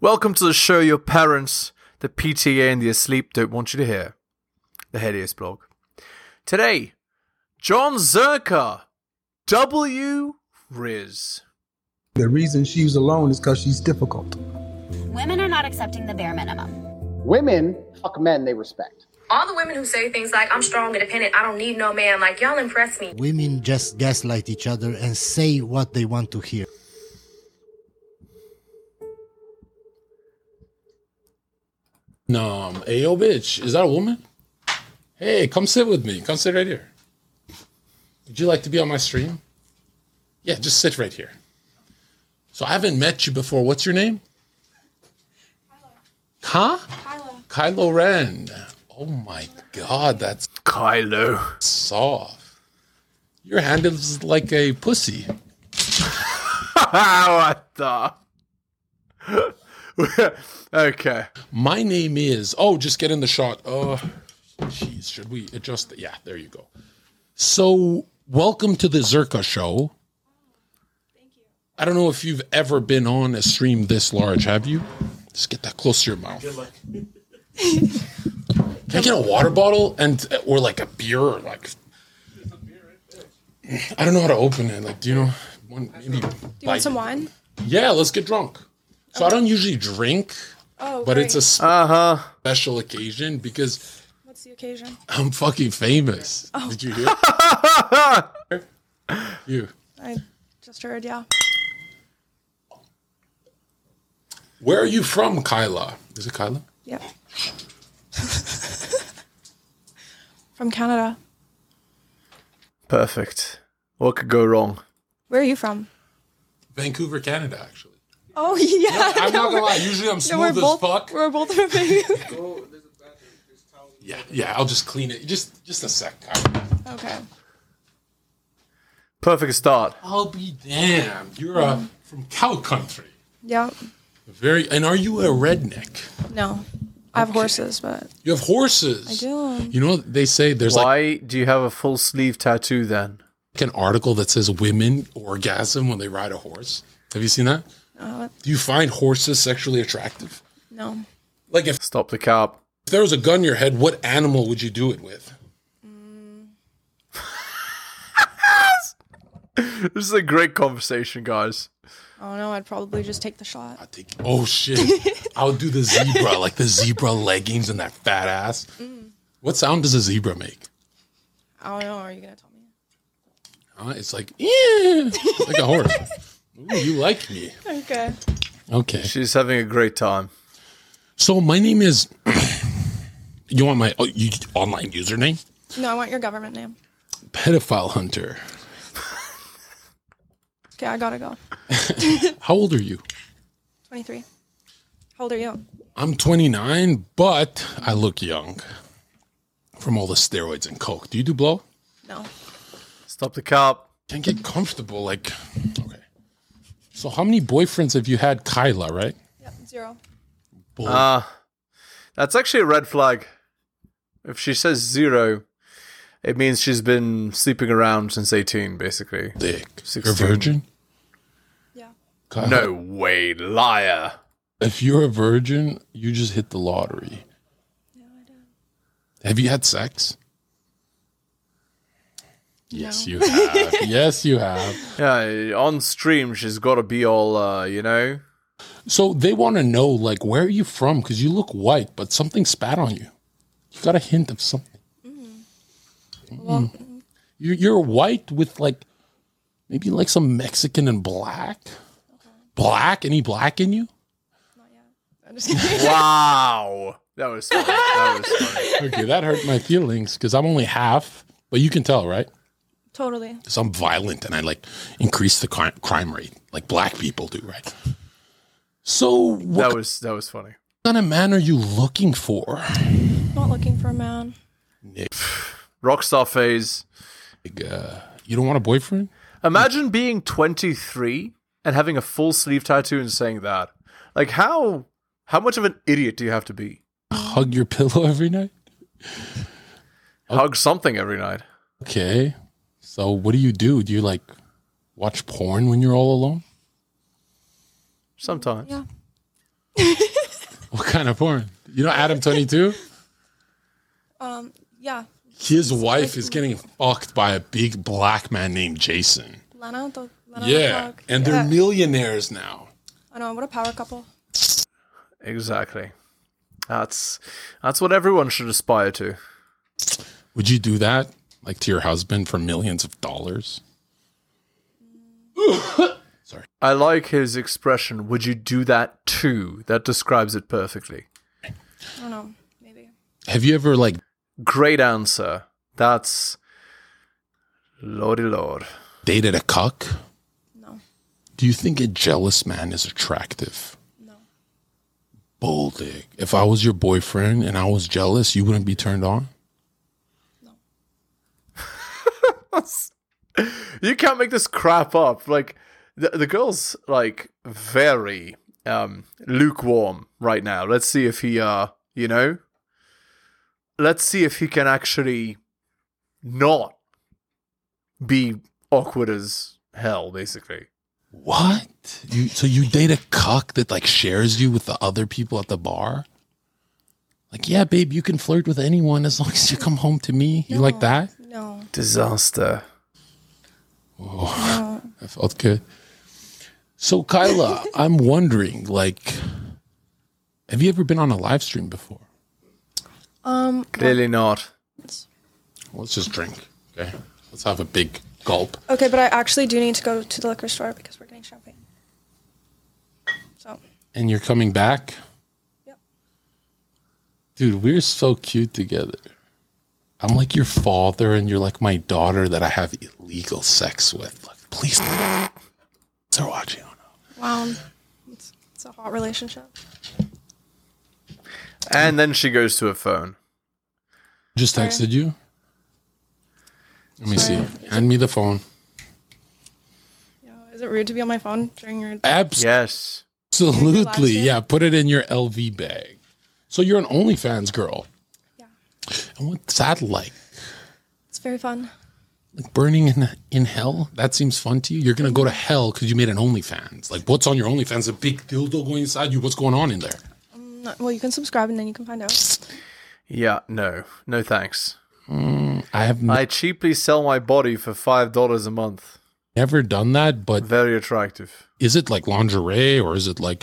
Welcome to the show your parents, the PTA, and the asleep don't want you to hear. The Headiest blog. Today, John Zerka, W. Riz. The reason she's alone is because she's difficult. Women are not accepting the bare minimum. Women fuck men they respect. All the women who say things like, I'm strong, independent, I don't need no man, like, y'all impress me. Women just gaslight each other and say what they want to hear. No, hey, yo, bitch, is that a woman? Hey, come sit with me. Come sit right here. Would you like to be on my stream? Yeah, just sit right here. So I haven't met you before. What's your name? Huh? Kylo. Kylo Ren. Oh my God, that's Kylo. soft. Your hand is like a pussy. what the? okay. My name is. Oh, just get in the shot. Oh, jeez. Should we adjust? The, yeah, there you go. So, welcome to the Zerka Show. Thank you. I don't know if you've ever been on a stream this large, have you? Just get that close to your mouth. Can I get a water bottle and or like a beer or like? I don't know how to open it. Like, do you know? One, maybe Do you want some wine? Yeah, let's get drunk. So I don't usually drink, Oh, but it's a great. Uh huh. special occasion because What's the occasion? I'm fucking famous. Oh. Did you hear? you. I just heard, yeah. Where are you from, Kyla? Is it Kyla? Yeah. From Canada. Perfect. What could go wrong? Where are you from? Vancouver, Canada, actually. Oh yeah. I'm no, not gonna we're- lie. Usually I'm no, we're smooth as both fuck. we're both from Vancouver. Yeah, yeah. I'll just clean it. Just, just a sec, Kyla. Okay. Perfect start. I'll be damned. You're uh, from cow country. Yeah. Very. And are you a redneck? No. I have horses, but You have horses. I do. You know they say there's like Why do you have a full sleeve tattoo then? an article that says women orgasm when they ride a horse. Have you seen that? Uh, Do you find horses sexually attractive? no. Like if Stop the cab. If there was a gun in your head, what animal would you do it with? This is a great conversation, guys. Oh no, I'd probably just take the shot. I'd take. Oh shit! I would do the zebra, like the zebra leggings and that fat ass. What sound does a zebra make? I don't know, are you gonna tell me? Huh? It's like yeah, like a horse. Ooh, you like me? Okay. Okay. She's having a great time. So my name is. you want my oh, you, online username? No, I want your government name. Pedophile hunter. Okay, I gotta go. How old are you? Twenty three. How old are you? I'm 29, but I look young from all the steroids and coke. Do you do blow? No. Stop the cab. Can't get comfortable. Like, okay. So, how many boyfriends have you had, Kyla? Right? Yep, zero. Bull- Ah, That's actually a red flag. If she says zero, it means she's been sleeping around since 18, basically. dick. You're a 16. virgin. Yeah. Kyla, No way, liar. If you're a virgin, you just hit the lottery. Have you had sex? Yes, you have. yes, you have. Yeah, on stream, she's got to be all, uh, you know? So they want to know, like, where are you from? Because you look white, but something spat on you. You got a hint of something. Well, You're, you're white with like maybe like some Mexican and black. Black? Any black in you? I'm just kidding. Wow. That was funny. That was funny. Okay, that hurt my feelings because I'm only half, but you can tell, right? totally. Because I'm violent and I like increase the cri- crime rate like black people do, right? So, what That was, that was funny. kind of man are you looking for? Not looking for a man. Rockstar phase. Like, uh, you don't want a boyfriend? Imagine being 23 and having a full sleeve tattoo and saying that. Like, how, how much of an idiot do you have to be? Hug your pillow every night? Hug something every night. Okay. So, what do you do? Do you like watch porn when you're all alone? Sometimes. Yeah. What kind of porn? You know Adam 22? Um, Yeah, His wife is getting fucked by a big black man named Jason. Lana, the, Lana Yeah. Clark. And they're Yeah. millionaires now. I know. What a power couple. Exactly. That's that's what everyone should aspire to. Would you do that? Like to your husband for millions of dollars? I like his expression, would you do that too? That describes it perfectly. I don't know. Maybe. Have you ever like Great answer. That's Lordy Lord. dated a cuck? No. Do you think a jealous man is attractive? No. Boldig. If I was your boyfriend and I was jealous, you wouldn't be turned on? You can't make this crap up. Like the the girl's like very um lukewarm right now. Let's see if he uh you know let's see if he can actually not be awkward as hell, basically. What? You so you date a cuck that like shares you with the other people at the bar? Like, yeah, babe, you can flirt with anyone as long as you come home to me. You like that? No. Disaster. That felt good. So Kyla, I'm wondering, like, have you ever been on a live stream before? Um. Clearly not. Let's just drink. Okay. Let's have a big gulp. Okay, but I actually do need to go to the liquor store because we're getting champagne. So And you're coming back? Yep. Dude, we're so cute together. I'm like your father, and you're like my daughter that I have illegal sex with. Like, please, they're watching. wow, it's, it's a hot relationship. And then she goes to her phone. Just texted you. Let me see. Hand me the phone. You know, is it rude to be on my phone during your? Yes. Absolutely. Relaxing. Yeah, put it in your LV bag. So you're an OnlyFans girl. Yeah. And what's that like? It's very fun. Like burning in in hell? That seems fun to you. You're gonna go to hell because you made an OnlyFans. Like, what's on your OnlyFans? A big dildo going inside you. What's going on in there? No- Mm, well, you can subscribe and then you can find out. Yeah, no. No thanks. I have I cheaply sell my body for five dollars a month. never done that, but Very attractive. is it like lingerie or is it like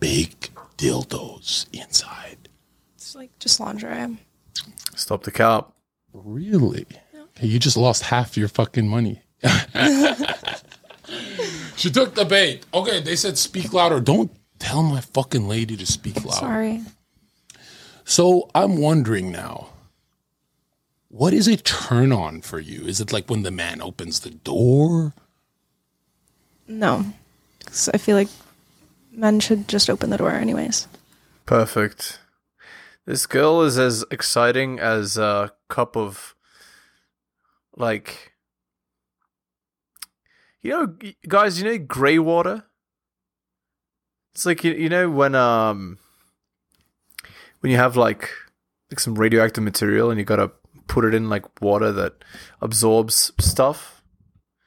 big dildos inside? It's like just lingerie. Stop the cap. Really? Okay, you just lost half your fucking money. she took the bait. Okay, they said speak louder. Don't tell my fucking lady to speak louder. Sorry. So I'm wondering now, what is a turn on for you? Is it like when the man opens the door? No, 'Cause I feel like men should just open the door anyways. Perfect. This girl is as exciting as a cup of like you know g- guys, you know grey water? It's like you, you know when um when you have like like some radioactive material and you got to put it in like water that absorbs stuff.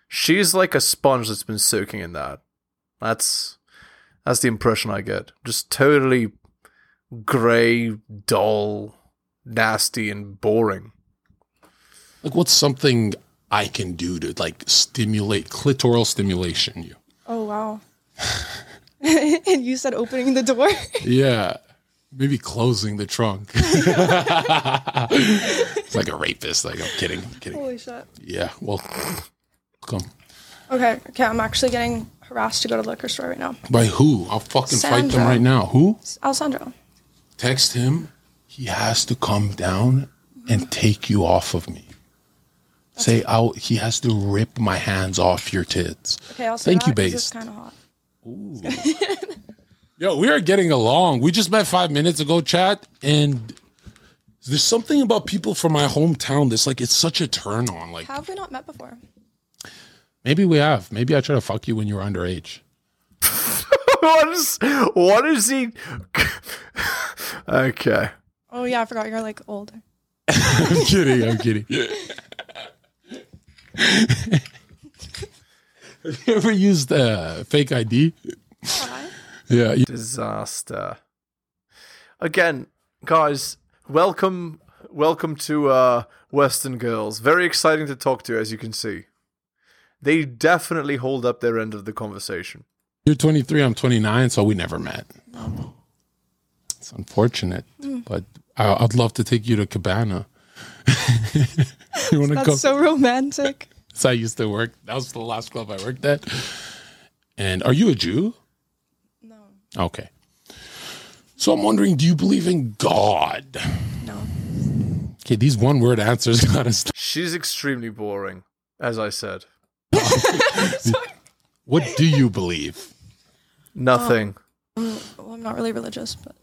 She's like a sponge that's been soaking in that. That's that's the impression I get. Just totally gray, dull, nasty, and boring. Like what's something I can do to like stimulate clitoral stimulation you? Oh wow. and you said opening the door. Yeah. Maybe closing the trunk. it's like a rapist. Like I'm kidding. I'm kidding. Holy shit. Yeah, well, come Okay, okay. I'm actually getting harassed to go to the liquor store right now. by who? I'll fucking fight them Sandra. right now. Who? It's Alessandro. Text him. He has to come down and take you off of me. Say out. He has to rip my hands off your tits. Okay, I'll say Thank you, that 'cause It's Base. kind of hot. Yo, we are getting along. We just met five minutes ago, chat, and there's something about people from my hometown that's like it's such a turn on. Like Have we not met before? maybe we have. Maybe I tried to fuck you when you were underage. what is what is he? okay, Oh yeah, I forgot you're like older. I'm kidding. I'm kidding. Have you ever used uh, fake ID? Yeah. you- disaster. again, guys, welcome, welcome to uh, Western Girls. Very exciting to talk to, as you can see. They definitely hold up their end of the conversation. You're 23, I'm 29, so we never met. It's unfortunate, Hmm. but I, I'd love to take you to Cabana. you want to go? That's so romantic. That's how I used to work. That was the last club I worked at. And are you a Jew? No. Okay. So I'm wondering, do you believe in God? No. Okay, these one word answers got us. She's extremely boring, as I said. What do you believe? Nothing. Um, Well, I'm not really religious, but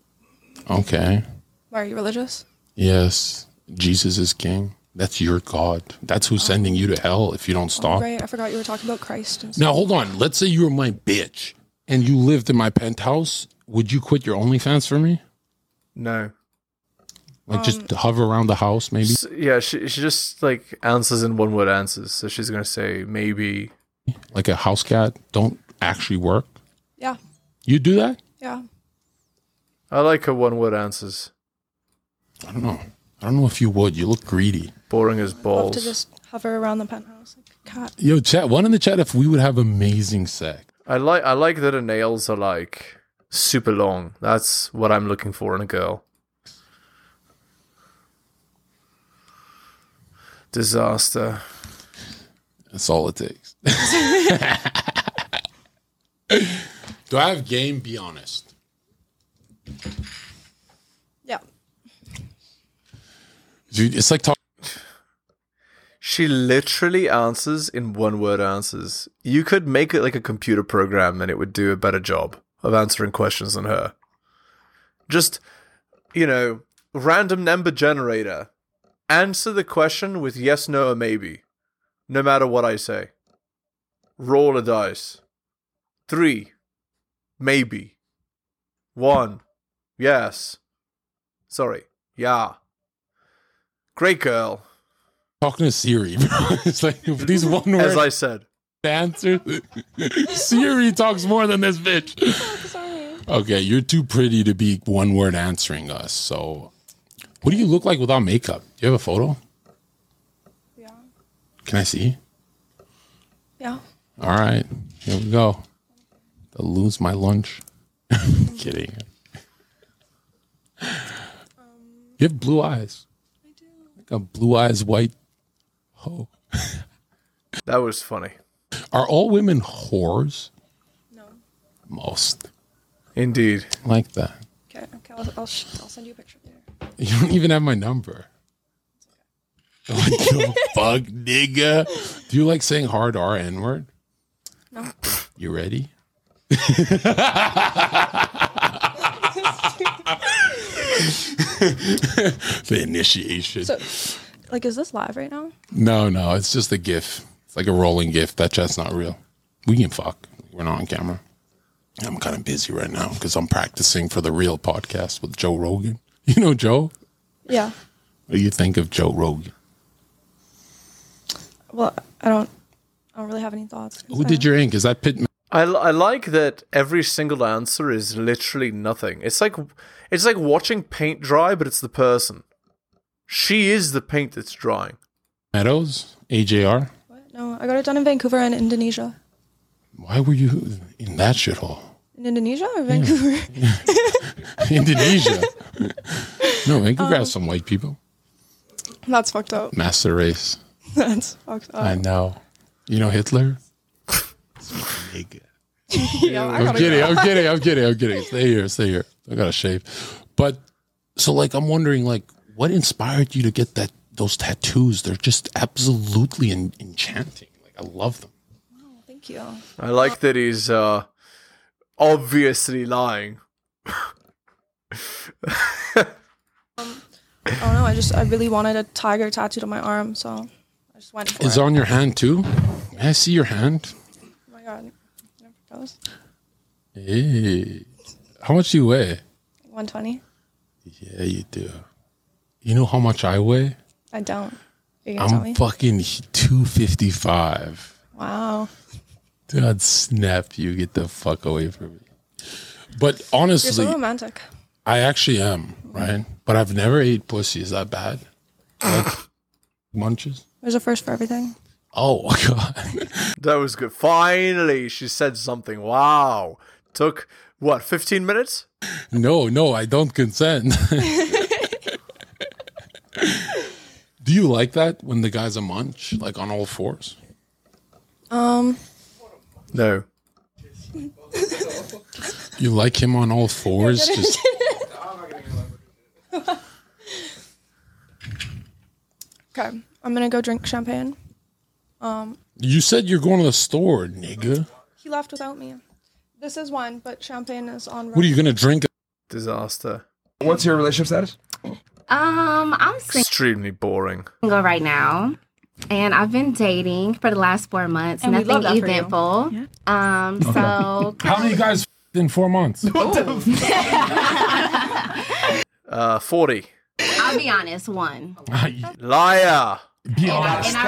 Okay. why are you religious? Yes, Jesus is king. That's your God. That's who's sending you to hell if you don't stop. Oh, Right, I forgot you were talking about Christ. And stuff. Now hold on. Let's say you were my bitch and you lived in my penthouse. Would you quit your OnlyFans for me? No. Like just hover around the house, maybe. S- yeah, she she just like answers in one word answers. So she's gonna say maybe. Like a house cat. Don't actually work. Yeah, You do that? yeah. I like her one word answers. I don't know. I don't know if you would. You look greedy. Boring as Love balls. to just hover around the penthouse like a cat. Yo, chat. One in the chat if we would have amazing sex. I like I like that her nails are like super long. That's what I'm looking for in a girl. Disaster. That's all it takes. do I have game? Be honest. Yeah. Dude, it's like talking. She literally answers in one word answers. You could make it like a computer program and it would do a better job of answering questions than her. Just, you know, random number generator. Answer the question with yes, no, or maybe, no matter what I say. Roll a dice. Three. Maybe. One. Yes. Sorry. Yeah. Great girl. talking to Siri, bro. It's like if these one As word I said. answers. Siri talks more than this bitch. Oh, Sorry. Okay, you're too pretty to be one word answering us. So, what do you look like without makeup? Do you have a photo? Yeah. Can I see? Yeah. All right, here we go. i lose my lunch. Kidding. You have blue eyes. I do. Like a blue eyes white. Oh. That was funny. Are all women whores? No. Most. Indeed. Like that. Okay. Okay. I'll, I'll, sh- I'll send you a picture later. You don't even have my number. Like, you bug nigga. Do you like saying hard R N word? No. You ready? the initiation. So, like, is this live right now? no, no, it's just a gif. It's like a rolling gif. That chat's not real. We can fuck. We're not on camera. I'm kind of busy right now because I'm practicing for the real podcast with Joe Rogan. You know Joe? Yeah. What do you think of Joe Rogan? Well, I don't. I don't really have any thoughts. Who did your ink? Is that Pittman? I, I like that every single answer is literally nothing. It's like it's like watching paint dry, but it's the person. She is the paint that's drying. Meadows, AJR. What? No, I got it done in Vancouver and Indonesia. Why were you in that shithole? In Indonesia or Vancouver? Indonesia. no, I can grab some white people. That's fucked up. Master race. That's fucked up. I know. You know Hitler? yeah, I I'm gotta kidding. go. I'm kidding. I'm kidding. I'm kidding. Stay here. Stay here. I gotta shave. But so, like, I'm wondering, like, what inspired you to get that those tattoos? They're just absolutely en- enchanting. Like, I love them. Thank you. I like that he's uh, obviously lying. Oh no, I just I really wanted a tiger tattooed on my arm, so I just went for Is it. it on your hand too? May I see your hand? oh my god. I never propose. Hey, how much do you weigh? 120? Yeah, you do. You know how much I weigh? I don't. Are you gonna tell me? I'm fucking 255. wow. God, snap you. Get the fuck away from me. But You're so honestly, romantic. I actually am, right? But I've never ate pussy. Is that bad? Like, munches? There's a first for everything. Oh, God. That was good. Finally, she said something. Wow. Took, what, 15 minutes? No, no, I don't consent. Do you like that when the guy's a munch, like on all fours? Um, No. You like him on all fours? Just okay. I'm gonna go drink champagne. Um, you said you're going to the store, nigga. He left without me. This is wine, but champagne is on. What are you gonna drink? Disaster. What's your relationship status? Um, I'm Extremely boring. single right now. And I've been dating for the last four months. And we nothing love that for you. eventful. Um, so How many guys f- in four months? Uh, 40. I'll be honest, one. Liar. Be honest. And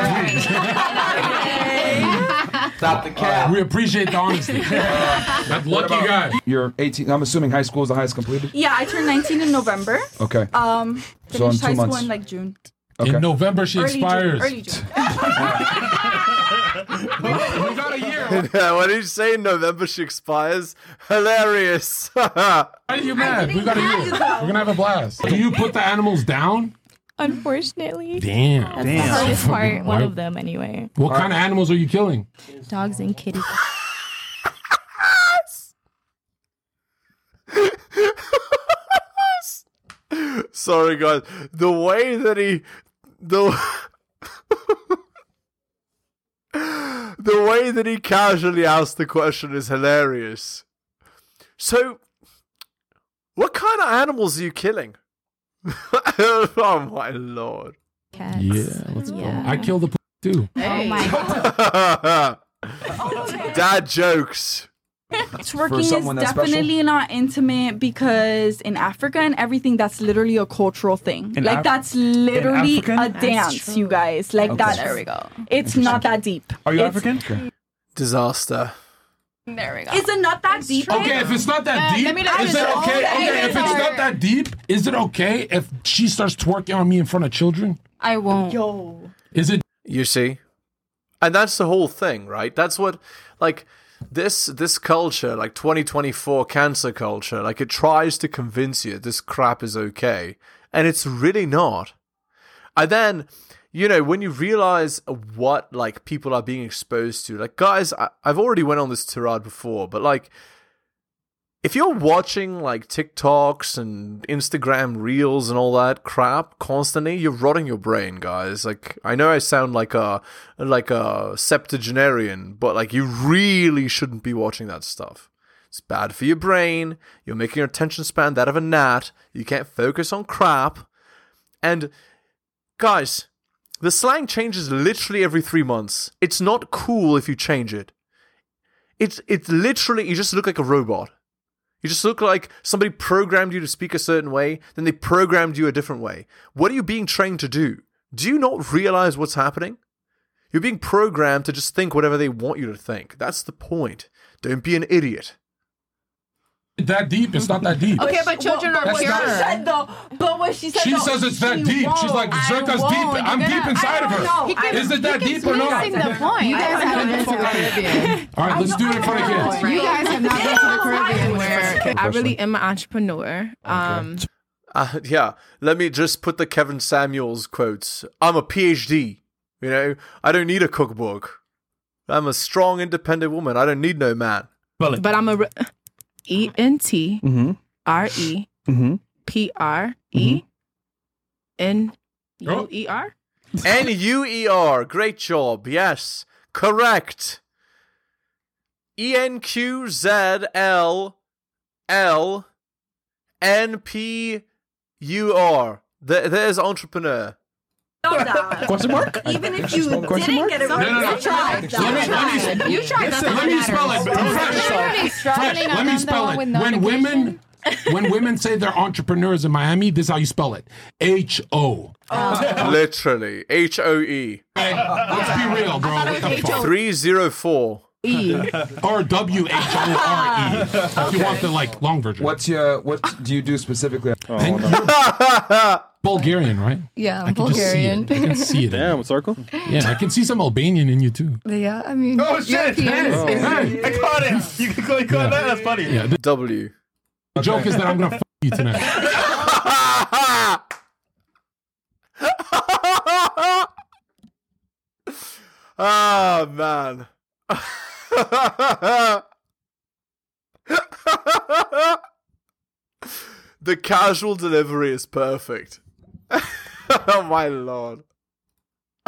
I Stop the cap. We appreciate the honesty. that lucky guy. You're 18. I'm assuming high school is the highest completed. Yeah, I turned 19 in November. Okay. Um, So in finished two high school months. in like June. Okay. In November, she Early expires. June. Early June. we got a year. what did you say? November she expires? Hilarious. Why Why are you mad? We got a year. We're gonna have a blast. Do you put the animals down? Unfortunately, Damn. Damn. hardest part, one of them anyway. What kind of animals are you killing? Dogs and kitties. Sorry, guys. The way that he, the, the way that he casually asked the question is hilarious. So, what kind of animals are you killing? oh my lord! Cats. Yeah, let's go. I killed a p- too. Oh my god. Dad jokes. For Twerking is someone that's special? definitely not intimate because in Africa and everything, that's literally a cultural thing. In like Af- that's literally African? uh, a dance, you guys. Like Okay. that. There we go. It's not that deep. Are you it's, African? Okay. Disaster. Is it not that deep? Okay, if it's not that deep, is it okay? Okay, if it's not that deep, is it okay if she starts twerking on me in front of children? I won't. Is it You see? And that's the whole thing, right? That's what like this this culture, like 2024 cancer culture, like it tries to convince you this crap is okay, and it's really not. And then, you know, when you realize what like people are being exposed to, like guys, I, I've already went on this tirade before, but like if you're watching like TikToks and Instagram reels and all that crap constantly, you're rotting your brain, guys. Like I know I sound like a like a septuagenarian, but like you really shouldn't be watching that stuff. It's bad for your brain. You're making your attention span that of a gnat. You can't focus on crap. And guys, the slang changes literally every 3 months. It's not cool if you change it. It's it's literally you just look like a robot. You just look like somebody programmed you to speak a certain way, then they programmed you a different way. What are you being trained to do? Do you not realize what's happening? You're being programmed to just think whatever they want you to think. That's the point. Don't be an idiot. that deep? It's not that deep. Okay, but children are That's what she not- said though. But what she said. She though, says it's that she deep. She's like, won't. I Zerka's won't. deep. You're I'm gonna- deep inside of I her. don't know. I Is it don't- that deep or not? the point. You guys haven't been to the Caribbean. All right, let's do it in front of kids. You guys have not been to the Caribbean where I really am an entrepreneur. Um, Uh, yeah, let me just put the Kevin Samuels quotes. I'm a PhD. You know, I don't need a cookbook. I'm a strong, independent woman. I don't need no man. but I'm a E N T Mm-hmm. R E Mm-hmm. P R E N Oh. E R. N U E R. Great job. Yes. Correct. E N Q Z L L N P U R. There, there's entrepreneur. know Mm-hmm. that. Question mark? Mm-hmm. Even if you Question didn't mark? get it right, No, no, no. you tried. Let me, let me, You tried Listen, let me spell it. Fresh. Fresh. Let me spell it. When women, when women say they're entrepreneurs in Miami, this is how you spell it. H O. Literally. H O E. Oh. Let's be real, bro. What the fuck? 304. E. R W H O R E. If you want the like long version. What's your what do you do specifically? Oh, Thank Bulgarian, right? Yeah, I can just see it. I can see it. Damn, circle. Yeah, I can see some Albanian in you too. Yeah, I mean. Oh, shit! European. I caught it! You caught you caught that? That's funny. Yeah. W. The joke is that I'm gonna f- you tonight. oh man. the casual delivery is perfect. oh my lord.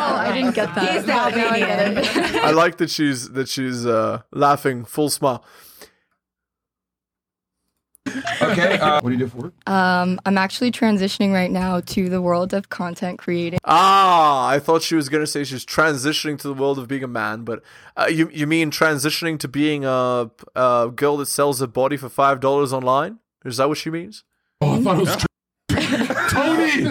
Oh, I didn't get that. He's the Albanian. I like that she's that she's uh, laughing full smile. Okay, uh, what do you do for work? Um, I'm actually transitioning right now to the world of content creating. Ah, I thought she was gonna say she's transitioning to the world of being a man, but uh, you you mean transitioning to being a, a girl that sells her body for five dollars online? Is that what she means? Oh, I thought it was. Tony!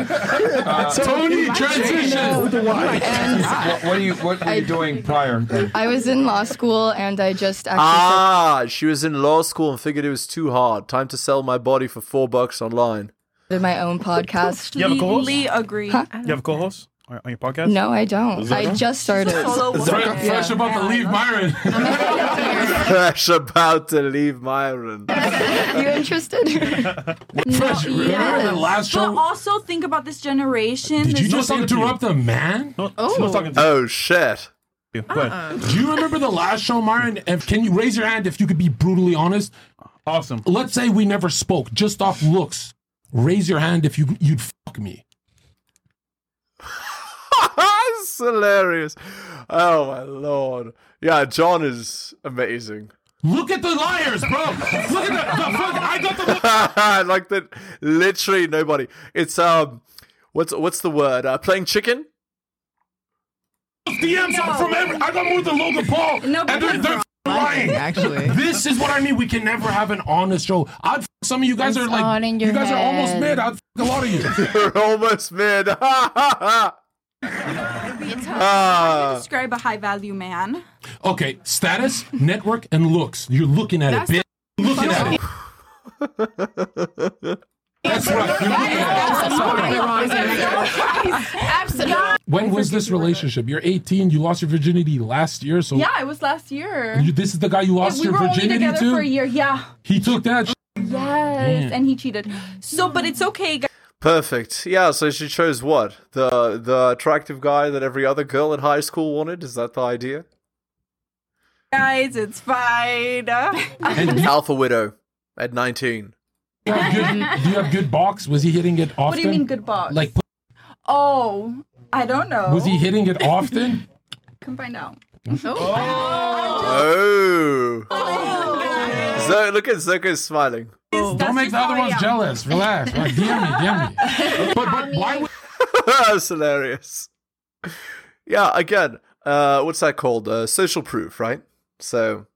Tony, transition! Uh, what, what are you what were you doing prior? I was in law school and I just actually. Ah, she was in law school and figured it was too hard. Time to sell my body for four bucks online. started my own podcast. You have a co-host? Completely agree. You have a co-host on on your podcast? No, I don't. I just started. Fresh, fresh about to leave Myron. Fresh about to leave Myron. you interested? Fresh, remember the last but show? also think about this generation. Did you this just interrupt a man? Oh. Oh shit. Do you remember the last show, Myron? If, can you raise your hand if you could be brutally honest? Awesome. Let's say we never spoke, just off looks. Raise your hand if you you'd fuck me. That's hilarious. Oh my lord. Yeah, John is amazing. Look at the liars, bro. Look at the, the fuck. I got the. like that literally nobody. It's um what's what's the word? Uh, playing chicken? DMs are from every. I got more than Logan Paul. No, and they're, they're f- lying. Actually. this is what I mean. We can never have an honest show. I'd f- some of you guys are It's like, on you in guys your are almost head. mid. I'd f- a lot of you. You're almost mid. Ah. Describe a high value man. Okay, status, network, and looks. You're looking at it, bitch. You're Looking at it. That's right. You're looking at it. Absolutely. When was this relationship? You're 18. You lost your virginity last year. So Yeah, it was last year. you, this is the guy you lost we your were only virginity together for a to. year. Yeah. He took that. sh- Yes, and he cheated. So, but it's okay, guys. Perfect. Yeah, so she chose what? The the attractive guy that every other girl in high school wanted? Is that the idea? Guys, it's fine. Alpha Widow at 19. Do you, have good, do you have good box? Was he hitting it often? what do you mean good box? Like, oh, I don't know. was he hitting it often? Come find out. Oh. Zo- look at Zoko's smiling. Don't make the other ones jealous. Relax. Like, DM me, DM me. But, but why would That's hilarious. Yeah, again, uh, what's that called? Uh, social proof, right? So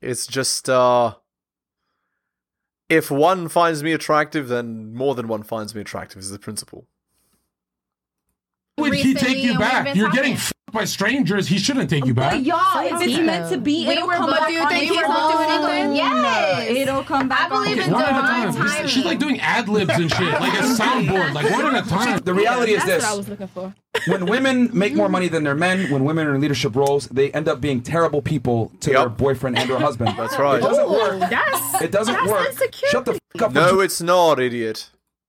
it's just uh, if one finds me attractive, then more than one finds me attractive is the principle. would he take Recently, you and we've back? been You're getting talking. f***ed by strangers. He shouldn't take you But back. y'all, if it's Yeah. meant to be, We it'll were come both- back. Do you on think its he's not doing own. anything? Yes. it'll come back. I believe on in its One at a own. divine time. timing. She's like doing ad libs and shit, like a soundboard, like one at a time. The reality is this. looking for. when women make more money than their men, when women are in leadership roles, they end up being terrible people to Yep. their boyfriend and or husband. That's right. It doesn't work. Oh, That's It doesn't That's work. insecurity. Shut the fuck up No, for it's not, idiot.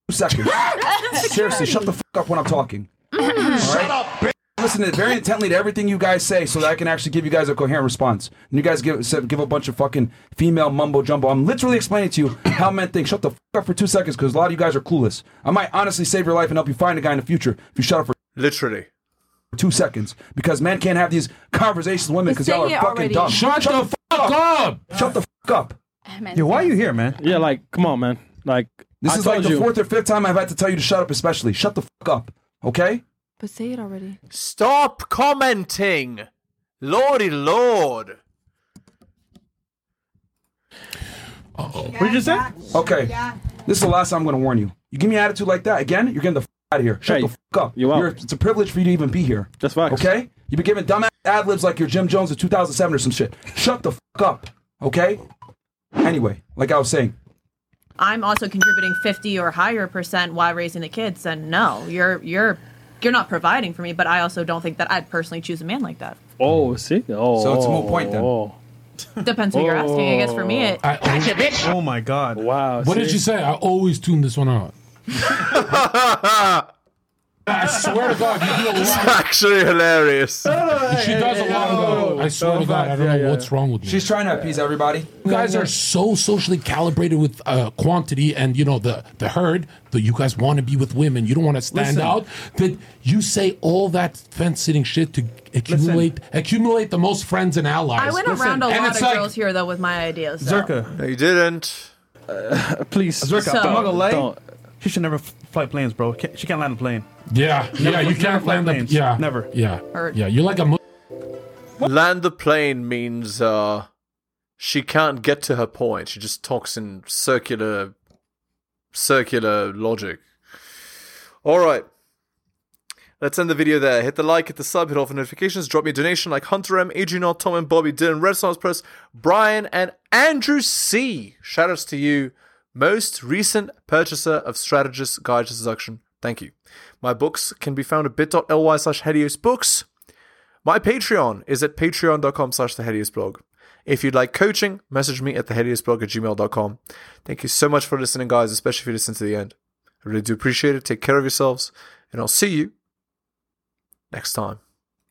two seconds. Seriously, shut the fuck up when I'm talking. Shut up, Listen to, very intently to everything you guys say so that I can actually give you guys a coherent response. And you guys give so- give a bunch of fucking female mumbo jumbo. I'm literally explaining to you how men think. Shut the fuck up for two seconds because a lot of you guys are clueless. I might honestly save your life and help you find a guy in the future if you shut up for Literally. two seconds because men can't have these conversations with women because y'all are Say it fucking already. dumb. Shut the fuck up! Shut the fuck up. Yo, why are you here, man? Yeah, like, come on, man. Like, This I is told like the you. fourth or fifth time I've had to tell you to shut up, especially. Shut the fuck up. Okay? But say it already. Stop commenting. Lordy lord. What did you say? Okay. This is the last time I'm going to warn you. You give me an attitude like that again, you're getting the fuck out of here. Shut Hey, the fuck up. you out. You're- it's a privilege for you to even be here. That's facts. Okay? You've been giving dumb ad libs like you're Jim Jones in 2007 or some shit. Shut the fuck up, okay? Anyway, like I was saying, I'm also contributing 50 or higher percent while raising the kids, and no, you're you're you're not providing for me. But I also don't think that I'd personally choose a man like that. Oh, see? Oh. So it's a moot point then. Oh. Depends who you're asking. I guess for me, it. That's a bitch. Oh my god. Wow. What did see? you say? I always tune this one out. I swear to God, you do a It's lot. actually hilarious. She does a lot of that. I swear to God, I don't know what's wrong with me. She's trying to appease everybody. You guys are so socially calibrated with uh, quantity and you know the the herd that you guys want to be with women. You don't want to stand Listen. out. That you say all that fence sitting shit to accumulate accumulate the most friends and allies. I went around a And lot it's of like- girls here though with my ideas. So. No, you didn't. please, Zerka, So- I'm not gonna lie. She should never f- fly planes, bro. Can't- She can't land a plane. Yeah, yeah, you can't land a- yeah. never. Yeah, yeah, you're like a. Mu- Land the plane means uh, she can't get to her point. She just talks in circular, circular logic. All right. Let's end the video there. Hit the like, hit the sub, hit all for notifications. Drop me a donation like Hunter M, Adrian R, Tom and Bobby, Dylan, Red Sauce Press, Brian, and Andrew C. Shoutouts to you, most recent purchaser of Strategist Guide to Seduction. Thank you. My books can be found at bit.ly slash Helios Books. My Patreon is at patreon.com slash the Helios blog. If you'd like coaching, message me at the blog at gmail.com. Thank you so much for listening, guys, especially if you listen to the end. I really do appreciate it. Take care of yourselves, and I'll see you next time.